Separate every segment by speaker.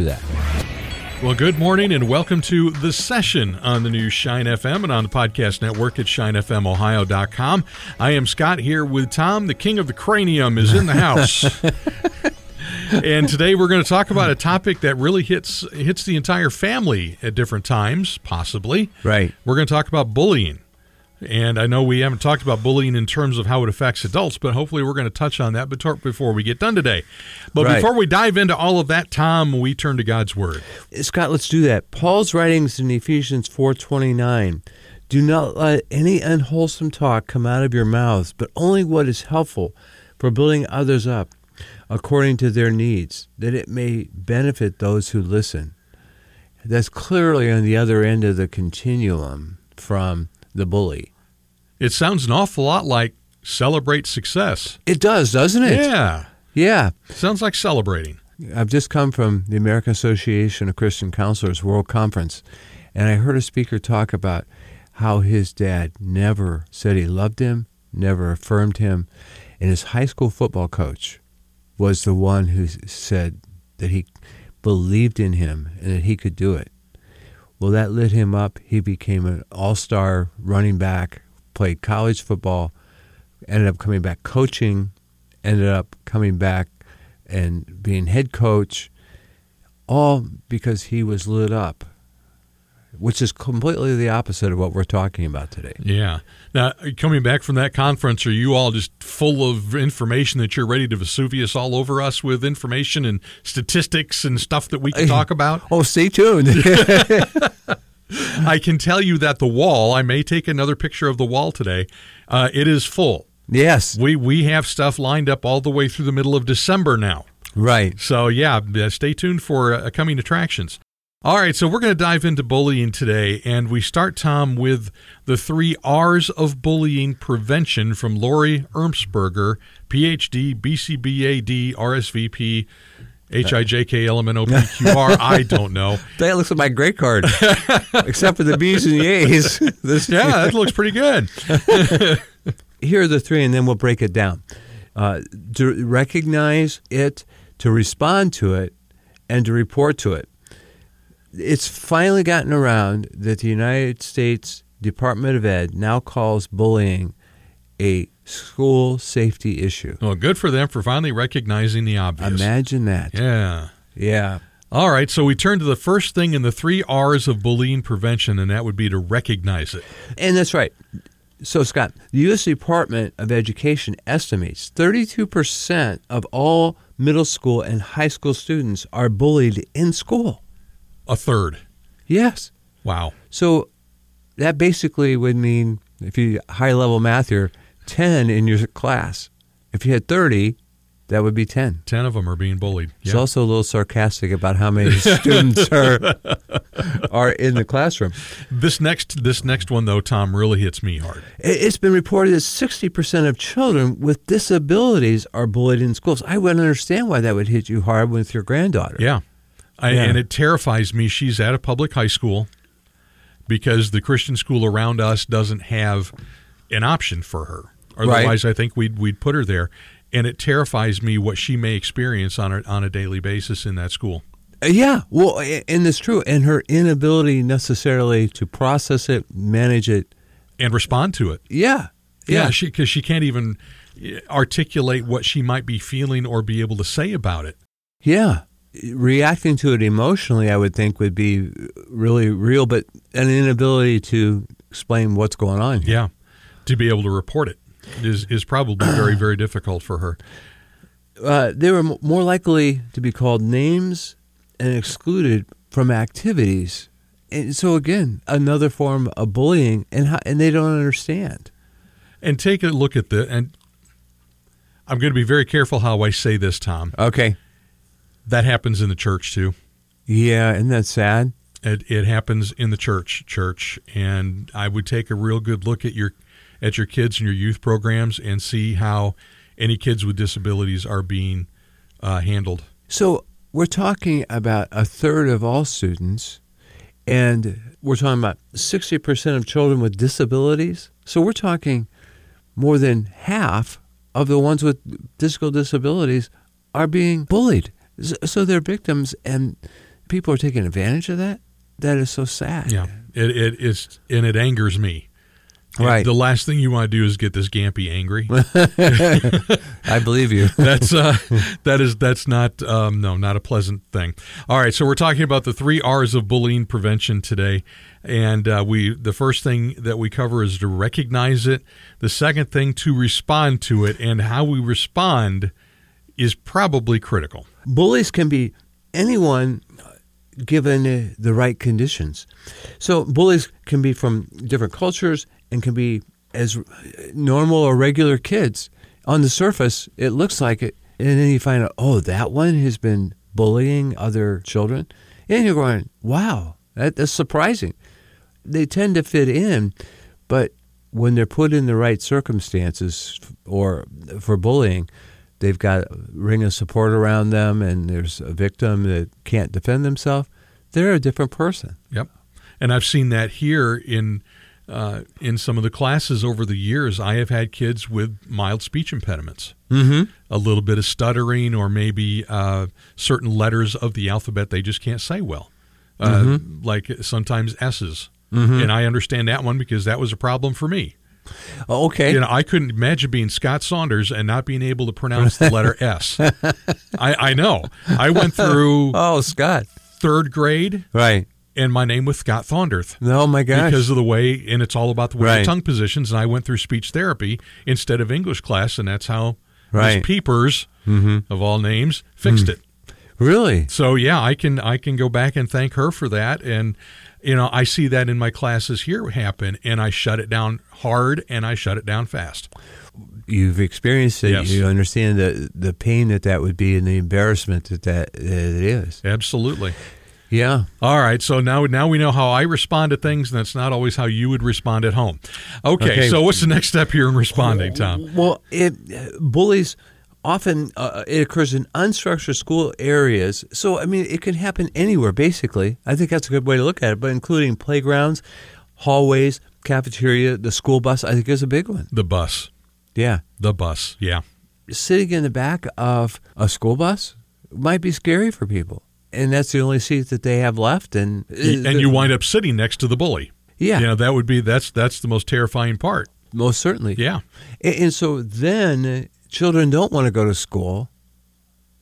Speaker 1: that.
Speaker 2: Well, good morning and welcome to The Session on the new Shine FM and on the podcast network at shinefmohio.com. I am Scott here with Tom, the king of the cranium, is in the house. and today we're going to talk about a topic that really hits hits the entire family at different times, possibly.
Speaker 1: Right.
Speaker 2: We're going to talk about bullying. And I know we haven't talked about bullying in terms of how it affects adults, but hopefully we're going to touch on that betor- before we get done today. But
Speaker 1: Right.
Speaker 2: before we dive into all of that, Tom, we turn to God's Word.
Speaker 1: Scott, let's do that. Paul's writings in Ephesians 4:29. Do not let any unwholesome talk come out of your mouths, but only what is helpful for building others up according to their needs, that it may benefit those who listen. That's clearly on the other end of the continuum from the bully.
Speaker 2: It sounds an awful lot like celebrate success.
Speaker 1: It does, doesn't it?
Speaker 2: Yeah.
Speaker 1: Yeah.
Speaker 2: Sounds like celebrating.
Speaker 1: I've just come from the American Association of Christian Counselors World Conference, and I heard a speaker talk about how his dad never said he loved him, never affirmed him, and his high school football coach was the one who s- said that he believed in him and that he could do it. Well, that lit him up. He became an all star running back, played college football, ended up coming back coaching, ended up coming back and being head coach, all because he was lit up, which is completely the opposite of what we're talking about today.
Speaker 2: Yeah. Now, coming back from that conference, are you all just full of information that you're ready to Vesuvius all over us with information and statistics and stuff that we can talk about?
Speaker 1: Oh, stay tuned.
Speaker 2: I can tell you that the wall, I may take another picture of the wall today, uh, it is full.
Speaker 1: yes,
Speaker 2: We, we have stuff lined up all the way through the middle of December now.
Speaker 1: right.
Speaker 2: So yeah, uh, stay tuned for uh, coming attractions. All right, so we're going to dive into bullying today, and we start Tom with the three R's of bullying prevention from Lori Ermsberger, PhD, BCBAD, RSVP, HIJKLMNOPQR. I don't know.
Speaker 1: That looks like my grade card, except for the B's and the A's. This-
Speaker 2: Yeah, that looks pretty good.
Speaker 1: here are the three, and then we'll break it down. Uh, to recognize it, to respond to it, and to report to it. It's finally gotten around that the United States Department of Ed now calls bullying a school safety issue.
Speaker 2: Well, good for them for finally recognizing the obvious.
Speaker 1: Imagine that.
Speaker 2: Yeah.
Speaker 1: yeah.
Speaker 2: All right, so we turn to the first thing in the three R's of bullying prevention, and that would be to recognize it.
Speaker 1: And that's right. So, Scott, the U.S. Department of Education estimates 32% of all middle school and high school students are bullied in school.
Speaker 2: A third.
Speaker 1: Yes.
Speaker 2: Wow.
Speaker 1: So that basically would mean, if you high level math here, 10 in your class. If you had 30, that would be 10.
Speaker 2: Ten of them are being bullied.
Speaker 1: It's also a little sarcastic about how many students are are in the classroom.
Speaker 2: This next this next one though, Tom, really hits me hard.
Speaker 1: I- It's been reported that 60% of children with disabilities are bullied in schools. I wouldn't understand why that would hit you hard with your granddaughter.
Speaker 2: Yeah. I,
Speaker 1: Yeah.
Speaker 2: And it terrifies me. She's at a public high school because the Christian school around us doesn't have an option for her.
Speaker 1: Right.
Speaker 2: Otherwise, I think we'd we'd put her there. And it terrifies me what she may experience on a, on a daily basis in that school.
Speaker 1: Uh, Yeah, well, a- and it's true. And her inability necessarily to process it, manage it.
Speaker 2: And respond to it.
Speaker 1: Yeah.
Speaker 2: Yeah, she because she can't even eh, articulate what she might be feeling or be able to say about it.
Speaker 1: Yeah. Reacting to it emotionally, I would think, would be really real, but an inability to explain what's going on.
Speaker 2: Yeah, to be able to report it. is is probably very very difficult for her.
Speaker 1: Uh, they were m- more likely to be called names and excluded from activities. And so again, another form of bullying, and how, and they don't understand.
Speaker 2: And take a look at the and I'm going to be very careful how I say this, Tom.
Speaker 1: Okay.
Speaker 2: That happens in the church too.
Speaker 1: Yeah, isn't that sad?
Speaker 2: It, it happens in the church, church, and I would take a real good look at your at your kids and your youth programs and see how any kids with disabilities are being uh, handled.
Speaker 1: So we're talking about a third of all students, and we're talking about 60% of children with disabilities. So we're talking more than half of the ones with physical disabilities are being bullied. S- So they're victims, and people are taking advantage of that. That is so sad.
Speaker 2: Yeah, it, it it's and it angers me. And
Speaker 1: Right.
Speaker 2: The last thing you want to do is get this gampy angry.
Speaker 1: I believe you.
Speaker 2: that's uh, that is that's not um, no not a pleasant thing. All right, so we're talking about the three R's of bullying prevention today, and uh, we the first thing that we cover is to recognize it. The second thing to respond to it, and how we respond is probably critical.
Speaker 1: bullies can be anyone given uh, the right conditions. So bullies can be from different cultures and can be as uh, normal or regular kids. On the surface, it looks like it, and then you find out, oh, that one has been bullying other children, and you're going, wow, that, that's surprising. They tend to fit in, but when they're put in the right circumstances f- or for bullying, they've got a ring of support around them and there's a victim that can't defend themselves, they're a different person.
Speaker 2: Yep, and I've seen that here in. Uh, in some of the classes over the years, I have had kids with mild speech impediments.
Speaker 1: Mm-hmm.
Speaker 2: a little bit of stuttering or maybe uh, certain letters of the alphabet they just can't say well, uh, like sometimes S's. And I understand that one because that was a problem for me.
Speaker 1: Oh, Okay.
Speaker 2: You know, I couldn't imagine being Scott Saunders and not being able to pronounce the letter S. I, I know. I went through
Speaker 1: oh, Scott.
Speaker 2: third grade,
Speaker 1: Right.
Speaker 2: and my name was Scott Saunders
Speaker 1: Oh my gosh.
Speaker 2: because of the way, and it's all about the way the
Speaker 1: Right.
Speaker 2: tongue positions. And I went through speech therapy instead of English class, and that's how
Speaker 1: Right. Mm-hmm. Hmm.
Speaker 2: Miss Peepers, of all names, fixed it.
Speaker 1: really?
Speaker 2: So yeah, I can I can go back and thank her for that. And you know, I see that in my classes here happen, and I shut it down hard and I shut it down fast.
Speaker 1: You've experienced it.
Speaker 2: Yes.
Speaker 1: You understand the the pain that that would be and the embarrassment that that, that it is.
Speaker 2: Absolutely.
Speaker 1: Yeah.
Speaker 2: All right, so now now we know how I respond to things, and that's not always how you would respond at home. Okay,
Speaker 1: Okay.
Speaker 2: so what's the next step here in responding, Tom?
Speaker 1: Well, it bullies often uh, it occurs in unstructured school areas. So I mean, it can happen anywhere. Basically, I think that's a good way to look at it. But including playgrounds, hallways, cafeteria, the school bus, I think is a big one.
Speaker 2: The bus,
Speaker 1: Yeah,
Speaker 2: the bus, yeah.
Speaker 1: sitting in the back of a school bus might be scary for people. And that's the only seat that they have left, and
Speaker 2: and you wind up sitting next to the bully.
Speaker 1: yeah,
Speaker 2: You know, that would be that's that's the most terrifying part.
Speaker 1: most certainly,
Speaker 2: Yeah.
Speaker 1: And, and so then uh, children don't want to go to school,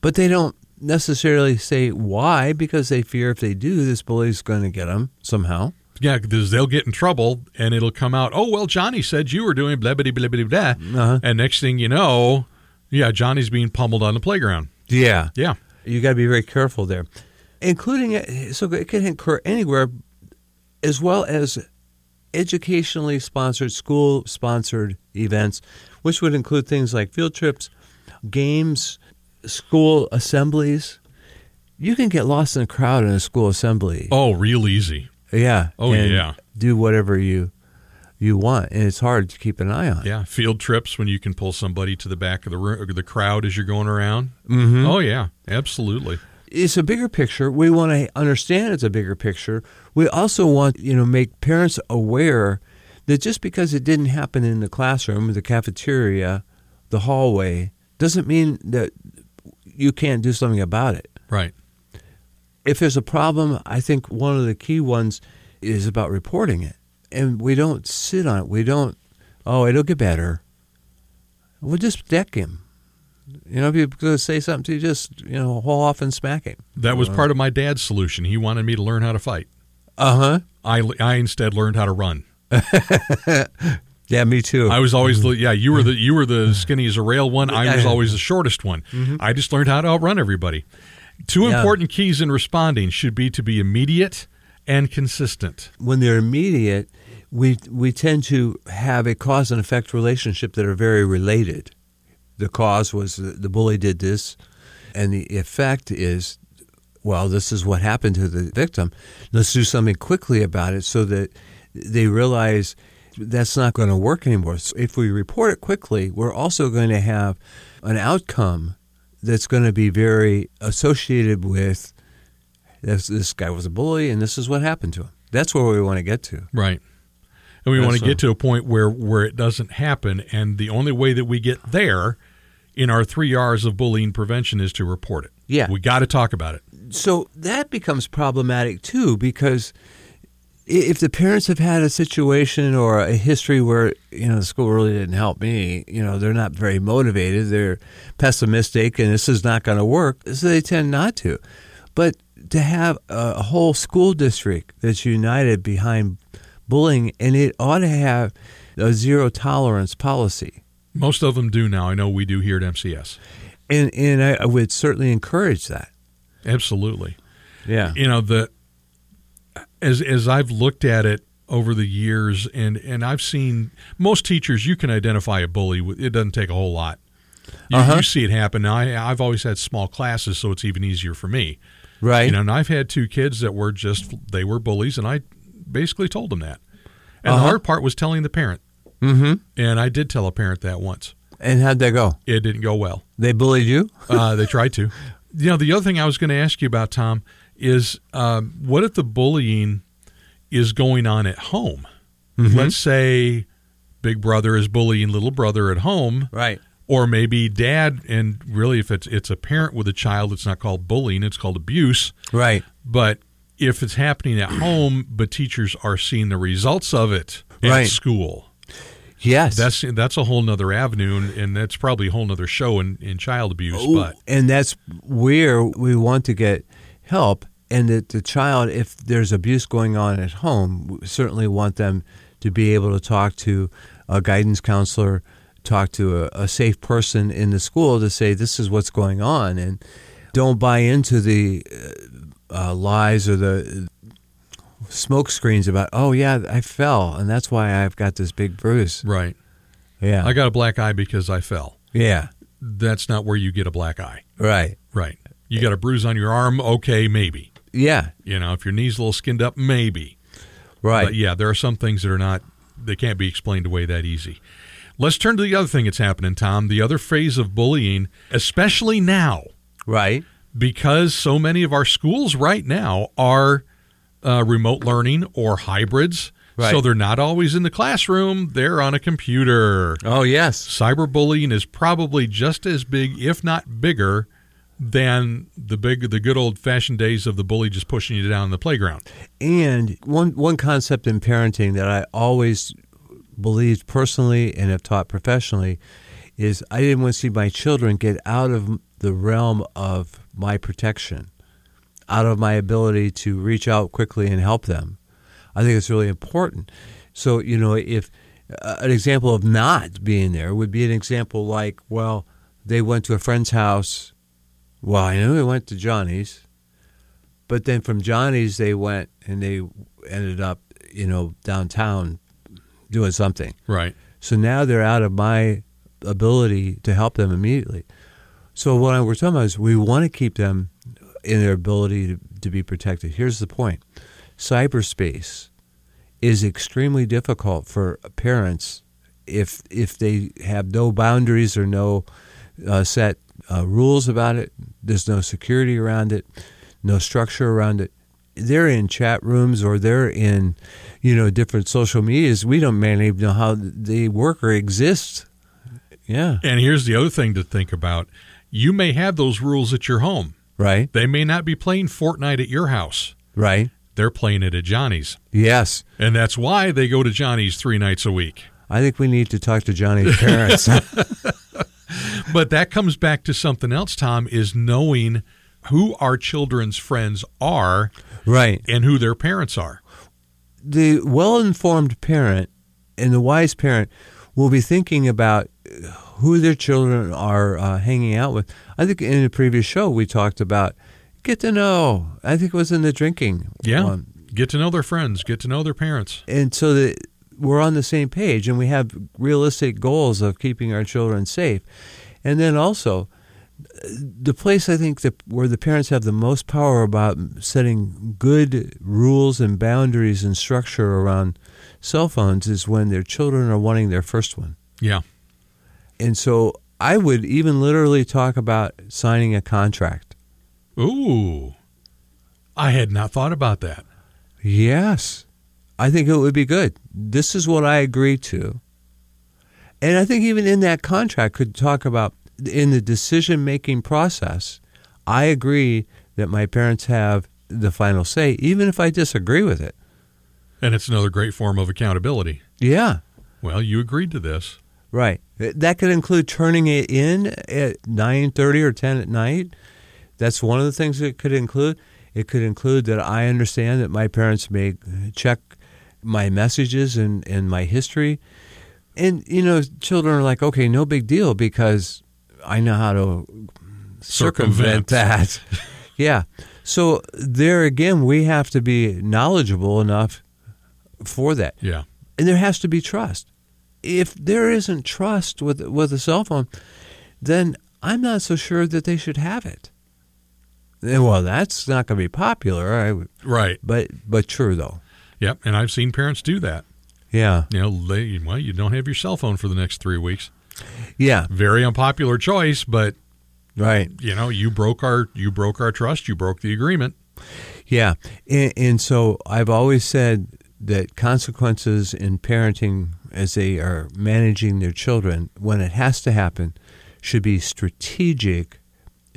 Speaker 1: but they don't necessarily say why because they fear if they do, this bully's going to get them somehow.
Speaker 2: Yeah, because they'll get in trouble and it'll come out, oh, well, Johnny said you were doing blah, blah, blah, blah, blah.
Speaker 1: Uh-huh.
Speaker 2: And next thing you know, yeah, Johnny's being pummeled on the playground.
Speaker 1: Yeah.
Speaker 2: Yeah.
Speaker 1: You got to be very careful there, including it. So it can occur anywhere, as well as educationally sponsored, school sponsored events, which would include things like field trips, games, school assemblies. You can get lost in a crowd in a school assembly.
Speaker 2: Oh, real easy.
Speaker 1: Yeah.
Speaker 2: Oh,
Speaker 1: and
Speaker 2: yeah.
Speaker 1: Do whatever you you want, and it's hard to keep an eye on.
Speaker 2: Yeah. Field trips when you can pull somebody to the back of the room, or the crowd as you're going around.
Speaker 1: Hmm.
Speaker 2: Mm-hmm. Oh, yeah. Absolutely.
Speaker 1: It's a bigger picture. We want to understand it's a bigger picture. We also want you know make parents aware that just because it didn't happen in the classroom, the cafeteria, the hallway, doesn't mean that you can't do something about it.
Speaker 2: Right.
Speaker 1: if there's a problem, I think one of the key ones is about reporting it. And we don't sit on it. We don't, oh, it'll get better. We'll just deck him. You know, if you're going to say something to you, just, you know, haul off and smack him.
Speaker 2: That was part of my dad's solution. He wanted me to learn how to fight.
Speaker 1: Uh huh.
Speaker 2: I, I instead learned how to run.
Speaker 1: Yeah, me too.
Speaker 2: I was always
Speaker 1: Mm-hmm.
Speaker 2: the yeah. You were the you were the skinny as a rail one. I was always the shortest one. I just learned how to outrun everybody. Two
Speaker 1: Mm-hmm. Yeah.
Speaker 2: important keys in responding should be to be immediate and consistent.
Speaker 1: when they're immediate, we we tend to have a cause and effect relationship that are very related. The cause was the, the bully did this, and the effect is, well, this is what happened to the victim. Let's do something quickly about it so that they realize that's not going to work anymore. So if we report it quickly, we're also going to have an outcome that's going to be very associated with this, this guy was a bully and this is what happened to him. That's where we want to get to.
Speaker 2: Right. And we
Speaker 1: That's uh,
Speaker 2: want to get
Speaker 1: a-
Speaker 2: to a point where where it doesn't happen. And the only way that we get there in our three R's of bullying prevention is to report it.
Speaker 1: Yeah.
Speaker 2: We got to talk about it.
Speaker 1: So that becomes problematic too because i- if the parents have had a situation or a history where you know the school really didn't help me, you know they're not very motivated, they're pessimistic, and this is not going to work, so they tend not to. But to have a whole school district that's united behind bullying, and it ought to have a zero tolerance policy.
Speaker 2: Most of them do now. I know we do here at MCS.
Speaker 1: and and I, I would certainly encourage that.
Speaker 2: Absolutely.
Speaker 1: Yeah,
Speaker 2: you know the as as I've looked at it over the years and and I've seen most teachers you can identify a bully with it doesn't take a whole lot you, you see it happen now I, I've always had small classes so it's even easier for me
Speaker 1: right.
Speaker 2: you know and I've had two kids that were just they were bullies and I basically told them that and the
Speaker 1: Uh-huh.
Speaker 2: hard part was telling the parent
Speaker 1: mm-hmm.
Speaker 2: and I did tell a parent that once
Speaker 1: And how'd that go?
Speaker 2: it didn't go well
Speaker 1: They bullied you?
Speaker 2: uh, they tried to. You know, the other thing I was going to ask you about, Tom, is um, what if the bullying is going on at home? Let's say big brother is bullying little brother at home,
Speaker 1: Right.
Speaker 2: or maybe dad. And really, if it's it's a parent with a child, it's not called bullying; it's called abuse.
Speaker 1: Right.
Speaker 2: But if it's happening at home, but teachers are seeing the results of it at
Speaker 1: Right.
Speaker 2: school.
Speaker 1: Yes.
Speaker 2: That's that's a whole nother avenue, and, and that's probably a whole nother show in, in child abuse. But
Speaker 1: and that's where we want to get help. And that the child, if there's abuse going on at home, we certainly want them to be able to talk to a guidance counselor, talk to a, a safe person in the school to say this is what's going on, and don't buy into the uh, uh, lies or the smoke screens about oh yeah I fell and that's why I've got this big bruise.
Speaker 2: right.
Speaker 1: Yeah,
Speaker 2: I got a black eye because I fell.
Speaker 1: yeah,
Speaker 2: That's not where you get a black eye.
Speaker 1: right,
Speaker 2: Right. You got a bruise on your arm. Okay, maybe.
Speaker 1: yeah,
Speaker 2: You know, if your knee's a little skinned up, maybe.
Speaker 1: right.
Speaker 2: But yeah, there are some things that are not, they can't be explained away that easy. Let's turn to the other thing that's happening, Tom. The other phase of bullying, especially now,
Speaker 1: Right.
Speaker 2: because so many of our schools right now are uh, remote learning or hybrids.
Speaker 1: Right.
Speaker 2: So they're not always in the classroom, they're on a computer.
Speaker 1: Oh, yes.
Speaker 2: cyberbullying is probably just as big, if not bigger, than the big the good old fashioned days of the bully just pushing you down in the playground.
Speaker 1: And one one concept in parenting that I always believed personally and have taught professionally is I didn't want to see my children get out of the realm of my protection, out of my ability to reach out quickly and help them. I think it's really important. So, you know, if uh, an example of not being there would be an example like, well, they went to a friend's house. Well, I knew they went to Johnny's. But then from Johnny's, they went and they ended up, you know, downtown doing something.
Speaker 2: Right.
Speaker 1: So now they're out of my ability to help them immediately. So what I- we're talking about is we want to keep them in their ability to, to be protected. Here's the point: cyberspace is extremely difficult for parents if if they have no boundaries or no uh, set uh, rules about it. There's no security around it, no structure around it. They're in chat rooms or they're in, you know, different social medias. We don't mainly even know how they work or exist. Yeah,
Speaker 2: And here's the other thing to think about. You may have those rules at your home.
Speaker 1: right,
Speaker 2: They may not be playing Fortnite at your house.
Speaker 1: right.
Speaker 2: They're playing it at Johnny's.
Speaker 1: Yes,
Speaker 2: And that's why they go to Johnny's three nights a week.
Speaker 1: I think we need to talk to Johnny's parents.
Speaker 2: But that comes back to something else, Tom, is knowing who our children's friends are
Speaker 1: right.
Speaker 2: and who their parents are.
Speaker 1: the well informed parent and the wise parent will be thinking about uh, who their children are uh, hanging out with. I think in a previous show we talked about get to know. I think it was in the drinking
Speaker 2: Yeah.
Speaker 1: one.
Speaker 2: Get to know their friends, get to know their parents.
Speaker 1: and so that we're on the same page and we have realistic goals of keeping our children safe and then also the place i think that where the parents have the most power about setting good rules and boundaries and structure around cell phones is when their children are wanting their first one
Speaker 2: Yeah.
Speaker 1: and so i would even literally talk about signing a contract
Speaker 2: Ooh. I had not thought about that.
Speaker 1: Yes. I think it would be good. This is what I agree to. And I think even in that contract could talk about in the decision making process, I agree that my parents have the final say, even if I disagree with it.
Speaker 2: And it's another great form of accountability.
Speaker 1: Yeah.
Speaker 2: Well, you agreed to this.
Speaker 1: Right. That could include turning it in at nine thirty or ten at night. That's one of the things it could include. It could include that I understand that my parents may check my messages and, and my history. And you know, children are like, okay, no big deal because I know how to circumvent
Speaker 2: Circumvent.
Speaker 1: that. yeah. So there again we have to be knowledgeable enough for that
Speaker 2: Yeah.
Speaker 1: and there has to be trust. If there isn't trust with with a cell phone, then I'm not so sure that they should have it. And, well, that's not going to be popular, I would-
Speaker 2: Right.
Speaker 1: but but true though.
Speaker 2: Yep. And I've seen parents do that.
Speaker 1: Yeah,
Speaker 2: You know, they, well, you don't have your cell phone for the next three weeks.
Speaker 1: yeah,
Speaker 2: Very unpopular choice, but
Speaker 1: right,
Speaker 2: you know, you broke our you broke our trust. You broke the agreement.
Speaker 1: yeah. And, and so I've always said that consequences in parenting, as they are managing their children, when it has to happen, should be strategic.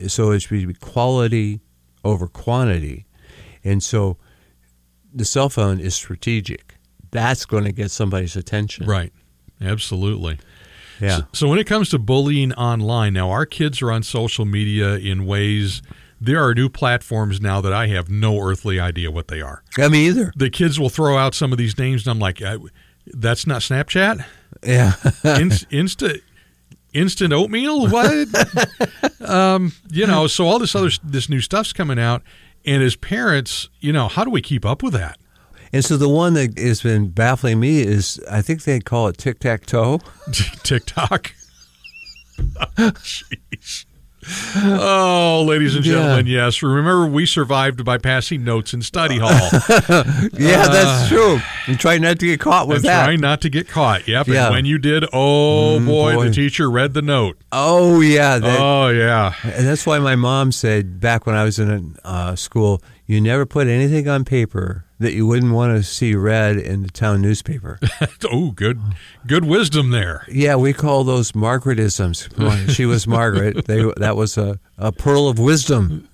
Speaker 1: So it should be quality over quantity, and so the cell phone is strategic. That's going to get somebody's attention.
Speaker 2: Right. Absolutely.
Speaker 1: Yeah.
Speaker 2: So, so when it comes to bullying online, now our kids are on social media in ways there are new platforms now that I have no earthly idea what they are.
Speaker 1: I mean, either.
Speaker 2: The kids will throw out some of these names, and I'm like, I, that's not Snapchat.
Speaker 1: Yeah.
Speaker 2: Inst, instant. Instant oatmeal? What? um, you know, so all this other this new stuff's coming out, and as parents, you know, how do we keep up with that?
Speaker 1: and so the one that has been baffling me is I think they call it tic tac toe.
Speaker 2: TikTok. Jeez. Oh, ladies and gentlemen, yes. Remember, we survived by passing notes in study hall
Speaker 1: Yeah,
Speaker 2: Uh,
Speaker 1: that's true. And try not to get caught with
Speaker 2: and
Speaker 1: that.
Speaker 2: trying not to get caught. Yep.
Speaker 1: Yeah. Mm,
Speaker 2: And when you did, oh boy,
Speaker 1: boy.
Speaker 2: the teacher read the note.
Speaker 1: oh yeah, that,
Speaker 2: oh yeah,
Speaker 1: and that's why my mom said back when I was in uh, school, you never put anything on paper that you wouldn't want to see read in the town newspaper.
Speaker 2: oh good, good wisdom there.
Speaker 1: yeah, we call those Margaretisms. Well, she was Margaret. They, that was a, a pearl of wisdom.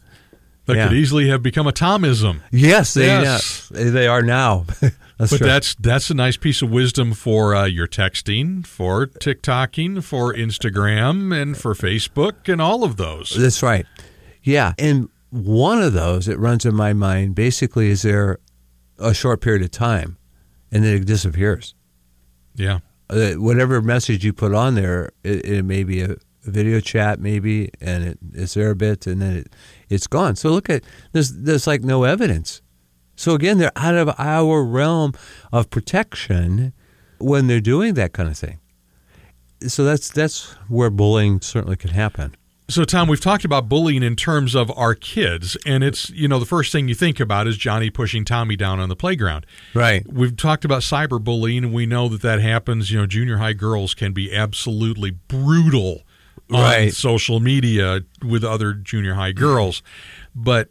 Speaker 2: That
Speaker 1: Yeah.
Speaker 2: could easily have become a Tomism,
Speaker 1: Yes, they
Speaker 2: Yes.
Speaker 1: they are now. that's
Speaker 2: but
Speaker 1: true.
Speaker 2: that's that's a nice piece of wisdom for uh, your texting, for TikToking, for Instagram, and for Facebook, and all of those.
Speaker 1: That's right. Yeah. And one of those that runs in my mind basically is there a short period of time and then it disappears.
Speaker 2: Yeah.
Speaker 1: Uh, whatever message you put on there, it, it may be a video chat, maybe, and it, it's there a bit and then it, it's gone. So look at there's, there's like no evidence. So again, they're out of our realm of protection when they're doing that kind of thing. So that's that's where bullying certainly can happen.
Speaker 2: So, Tom, we've talked about bullying in terms of our kids, and it's, you know, the first thing you think about is Johnny pushing Tommy down on the playground.
Speaker 1: Right.
Speaker 2: We've talked about cyberbullying, and we know that that happens. You know, junior high girls can be absolutely brutal on
Speaker 1: Right.
Speaker 2: social media with other junior high girls. But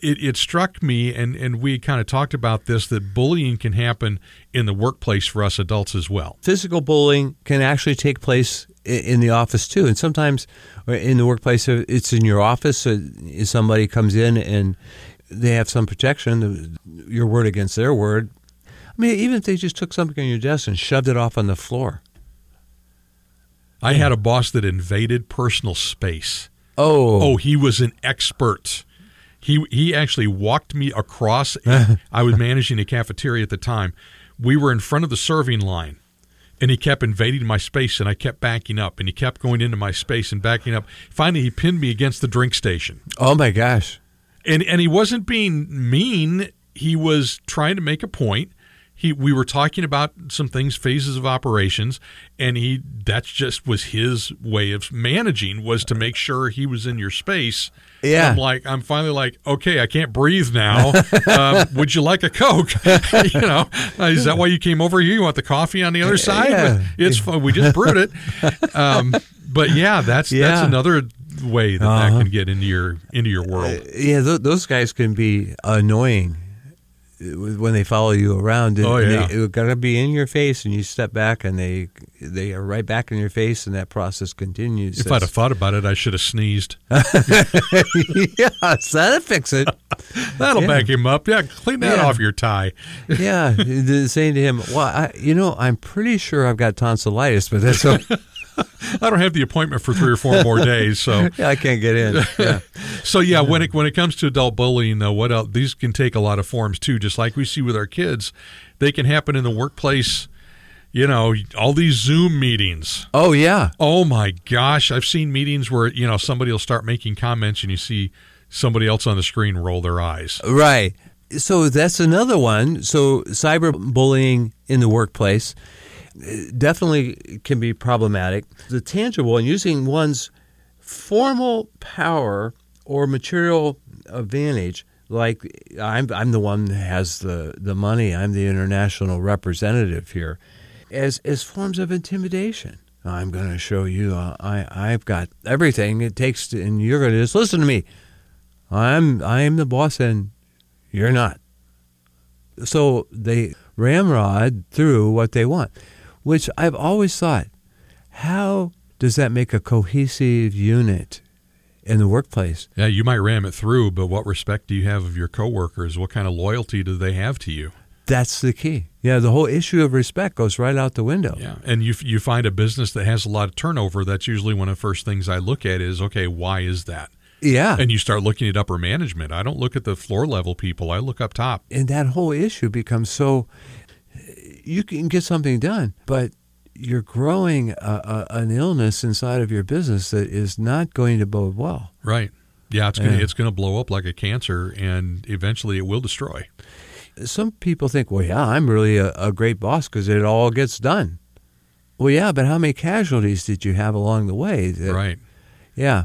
Speaker 2: it, it struck me, and, and we kind of talked about this, that bullying can happen in the workplace for us adults as well.
Speaker 1: physical bullying can actually take place i- in the office too, and sometimes or in the workplace. uh, It's in your office. So if somebody comes in and they have some protection. the- Your word against their word. I mean, even if they just took something on your desk and shoved it off on the floor.
Speaker 2: I had a boss that invaded personal space.
Speaker 1: Oh,
Speaker 2: Oh, he was an expert. He he actually walked me across. I was managing a cafeteria at the time. we were in front of the serving line and he kept invading my space and I kept backing up and he kept going into my space and backing up. Finally, he pinned me against the drink station.
Speaker 1: Oh my gosh.
Speaker 2: And and he wasn't being mean. He was trying to make a point. He we were talking about some things, phases of operations, and he that's just was his way of managing was to make sure he was in your space.
Speaker 1: Yeah.
Speaker 2: I'm like I'm finally like, okay, I can't breathe now. um, would you like a coke? you know, uh, is that why you came over here? You want the coffee on the other side?
Speaker 1: Yeah.
Speaker 2: It's fun. We just brewed it. Um, but yeah, that's
Speaker 1: Yeah. Uh-huh.
Speaker 2: that's another way that that can get into your into your world.
Speaker 1: Yeah, th- those guys can be annoying when they follow you around.
Speaker 2: Oh,
Speaker 1: And
Speaker 2: yeah.
Speaker 1: they, it's gotta be in your face, and you step back, and they they are right back in your face, and that process continues.
Speaker 2: If I'd have thought about it, I should have sneezed.
Speaker 1: yeah, so that'll fix it.
Speaker 2: That'll
Speaker 1: Yeah.
Speaker 2: back him up. Yeah, clean that
Speaker 1: Yeah.
Speaker 2: off your tie.
Speaker 1: yeah, th- saying to him, "Well, I, you know, I'm pretty sure I've got tonsillitis, but that's o-
Speaker 2: I don't have the appointment for three or four more days. So,
Speaker 1: yeah, I can't get in." Yeah.
Speaker 2: so yeah, when it when it comes to adult bullying, though, what else? These can take a lot of forms too. Just like we see with our kids, they can happen in the workplace. You know, all these Zoom meetings.
Speaker 1: Oh yeah,
Speaker 2: Oh my gosh, I've seen meetings where you know somebody will start making comments and you see somebody else on the screen roll their eyes.
Speaker 1: right. So that's another one. So cyberbullying in the workplace eh, definitely can be problematic. The tangible and using one's formal power or material advantage, like I'm, I'm the one that has the, the money, I'm the international representative here, as, as forms of intimidation. I'm going to show you. uh, I, I've got everything it takes, to, and you're going to just listen to me. I'm I am the boss and you're not. So they ramrod through what they want, which I've always thought, how does that make a cohesive unit in the workplace?
Speaker 2: Yeah, you might ram it through, but what respect do you have of your coworkers? What kind of loyalty do they have to you?
Speaker 1: That's the key. Yeah, the whole issue of respect goes right out the window.
Speaker 2: Yeah, and you you find a business that has a lot of turnover. That's usually one of the first things I look at is okay, why is that?
Speaker 1: Yeah.
Speaker 2: And you start looking at upper management. I don't look at the floor level people. I look up top.
Speaker 1: and that whole issue becomes so you can get something done but you're growing a, a, an illness inside of your business that is not going to bode well
Speaker 2: Right. Yeah, it's gonna
Speaker 1: Yeah.
Speaker 2: it's gonna blow up like a cancer, and eventually it will destroy.
Speaker 1: some people think well yeah i'm really a, a great boss because it all gets done well yeah but how many casualties did you have along the way that-
Speaker 2: Right.
Speaker 1: yeah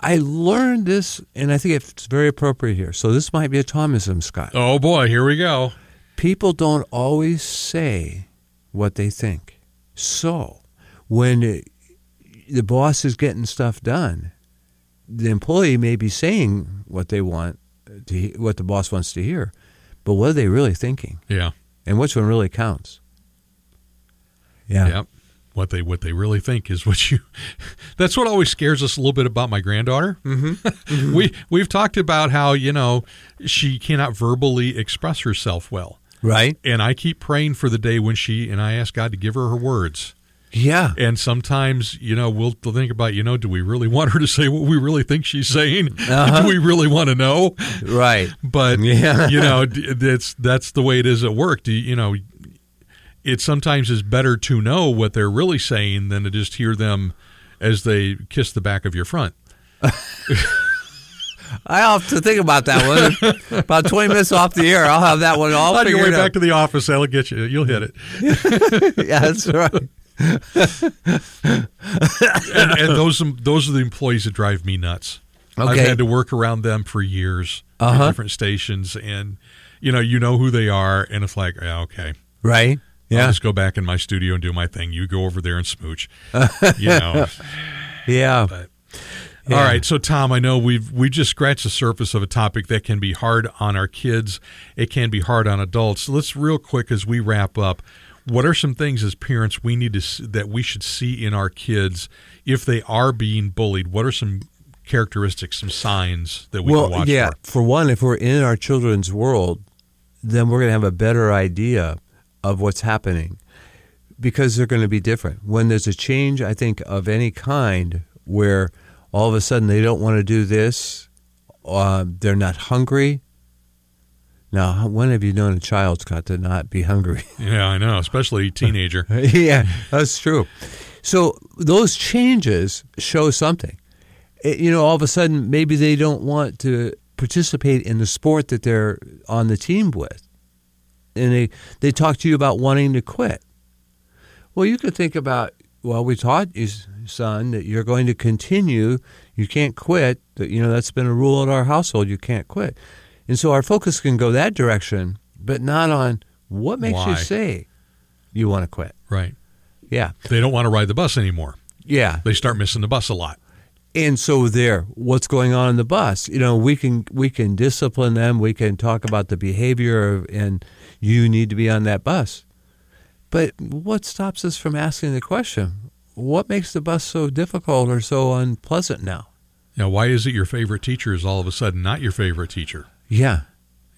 Speaker 1: i learned this and i think it's very appropriate here so this might be a thomism scott
Speaker 2: Oh boy, here we go.
Speaker 1: people don't always say what they think. So, when uh, the boss is getting stuff done, the employee may be saying what they want to he- what the boss wants to hear, but what are they really thinking?
Speaker 2: Yeah.
Speaker 1: And which one really counts? Yeah.
Speaker 2: Yep. What they what they really think is what you. That's what always scares us a little bit about my granddaughter. Mm-hmm. we we've talked about how you know she cannot verbally express herself well,
Speaker 1: Right?
Speaker 2: and I keep praying for the day when she and I ask God to give her her words.
Speaker 1: Yeah.
Speaker 2: And sometimes you know we'll think about you know do we really want her to say what we really think she's saying? do we really want to know?
Speaker 1: Right.
Speaker 2: but
Speaker 1: Uh-huh. Yeah.
Speaker 2: you know d- that's that's the way it is at work do you, you know it sometimes is better to know what they're really saying than to just hear them as they kiss the back of your front
Speaker 1: I have to think about that one. About 20 minutes off the air, I'll have that one all
Speaker 2: on your way
Speaker 1: figured out.
Speaker 2: back to the office that'll get you you'll hit it
Speaker 1: yeah, that's right.
Speaker 2: and, and those um, those are the employees that drive me nuts i've
Speaker 1: Okay.
Speaker 2: had to work around them for years at
Speaker 1: Uh-huh.
Speaker 2: different stations and you know you know who they are and it's like yeah, okay
Speaker 1: Right?
Speaker 2: I'll
Speaker 1: Yeah.
Speaker 2: just go back in my studio and do my thing. You go over there and smooch. you know,
Speaker 1: Yeah.
Speaker 2: All right, so Tom, I know we've we just scratched the surface of a topic that can be hard on our kids. It can be hard on adults. So let's real quick as we wrap up. What are some things as parents we need to s that we should see in our kids if they are being bullied? What are some characteristics, some signs that we
Speaker 1: well,
Speaker 2: can watch
Speaker 1: yeah.
Speaker 2: for?
Speaker 1: one, if we're in our children's world, then we're going to have a better idea of what's happening because they're going to be different. When there's a change, I think of any kind, where all um, of a sudden they don't want to do this, uh, they're not hungry, Now, how- when have you known a child's got to not be hungry?
Speaker 2: Yeah, I know, especially teenager.
Speaker 1: yeah, that's true. So those changes show something. It- you know, all of a sudden, maybe they don't want to participate in the sport that they're on the team with, and they they talk to you about wanting to quit. Well, you could think about well, we taught you, s- son, that you're going to continue. You can't quit. That you know that's been a rule in our household. You can't quit, and so our focus can go that direction, but not on what makes
Speaker 2: Why?
Speaker 1: you say you want to quit.
Speaker 2: Right.
Speaker 1: Yeah.
Speaker 2: They don't want to ride the bus anymore.
Speaker 1: Yeah.
Speaker 2: They start missing the bus a lot.
Speaker 1: And so there, what's going on in the bus? You know, we can we can discipline them, we can talk about the behavior of, and you need to be on that bus. But what stops us from asking the question? What makes the bus so difficult or so unpleasant now?
Speaker 2: You know, why is it your favorite teacher is all of a sudden not your favorite teacher?
Speaker 1: Yeah.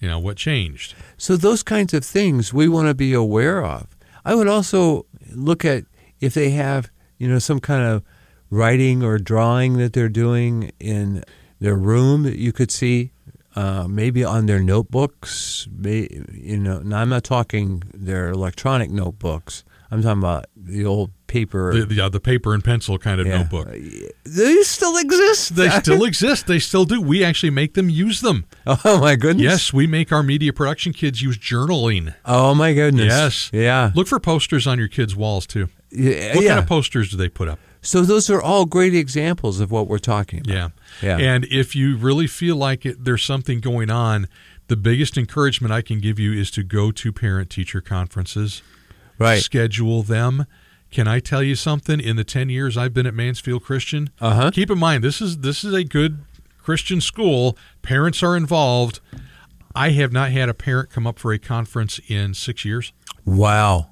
Speaker 2: You know, what changed?
Speaker 1: So those kinds of things we want to be aware of. I would also look at if they have, you know, some kind of writing or drawing that they're doing in their room that you could see, uh, maybe on their notebooks. May, you know, now I'm not talking their electronic notebooks. I'm talking about the old paper.
Speaker 2: The, the, uh, the paper and pencil kind of
Speaker 1: Yeah.
Speaker 2: notebook.
Speaker 1: they still exist.
Speaker 2: They still e-, exist. They still do. We actually make them use them.
Speaker 1: oh my goodness.
Speaker 2: Yes, we make our media production kids use journaling.
Speaker 1: Oh my goodness.
Speaker 2: Yes.
Speaker 1: Yeah.
Speaker 2: Look for posters on your kids' walls, too.
Speaker 1: yeah.
Speaker 2: What
Speaker 1: Uh, yeah.
Speaker 2: kind of posters do they put up?
Speaker 1: so those are all great examples of what we're talking about.
Speaker 2: Yeah.
Speaker 1: Yeah.
Speaker 2: And if you really feel like it, there's something going on, the biggest encouragement I can give you is to go to parent teacher conferences,
Speaker 1: Right.
Speaker 2: schedule them. Can I tell you something? In the 10 years I've been at Mansfield Christian,
Speaker 1: Uh-huh.
Speaker 2: keep in mind this is this is a good Christian school. Parents are involved. I have not had a parent come up for a conference in 6 years.
Speaker 1: Wow.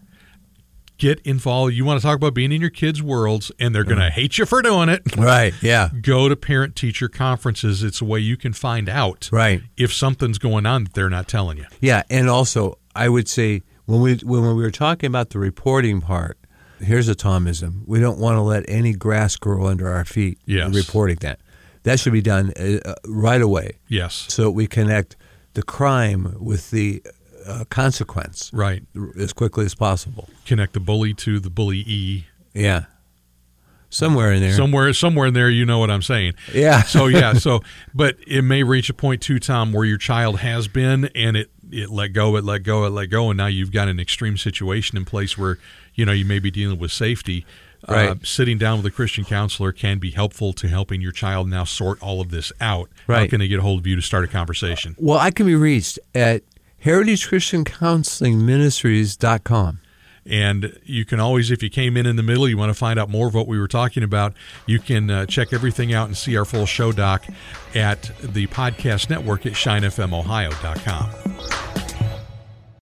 Speaker 2: Get involved. You want to talk about being in your kids' worlds and they're going to hate you for doing it.
Speaker 1: Right. Yeah.
Speaker 2: go to parent teacher conferences. It's a way you can find out
Speaker 1: Right.
Speaker 2: if something's going on that they're not telling you.
Speaker 1: Yeah. And also, I would say when we when we were talking about the reporting part, here's a Thomism: we don't want to let any grass grow under our feet.
Speaker 2: Yes.
Speaker 1: in Reporting that that should be done uh, uh, right away,
Speaker 2: Yes.
Speaker 1: so we connect the crime with the uh, consequence
Speaker 2: Right.
Speaker 1: r- as quickly as possible.
Speaker 2: Connect the bully to the bullyee.
Speaker 1: Yeah. Somewhere in there.
Speaker 2: Somewhere somewhere in there you know what I'm saying.
Speaker 1: yeah.
Speaker 2: So yeah, so but it may reach a point too, Tom, where your child has been and it it let go, it let go, it let go, and now you've got an extreme situation in place where, you know, you may be dealing with safety. Uh,
Speaker 1: Right.
Speaker 2: sitting down with a Christian counselor can be helpful to helping your child now sort all of this out. How
Speaker 1: Right.
Speaker 2: can they get a hold of you to start a conversation?
Speaker 1: well, I can be reached at Heritage Christian Counseling Ministries.com.
Speaker 2: And you can always, if you came in in the middle, you want to find out more of what we were talking about, you can uh, check everything out and see our full show doc at the podcast network at shinefmohio.com.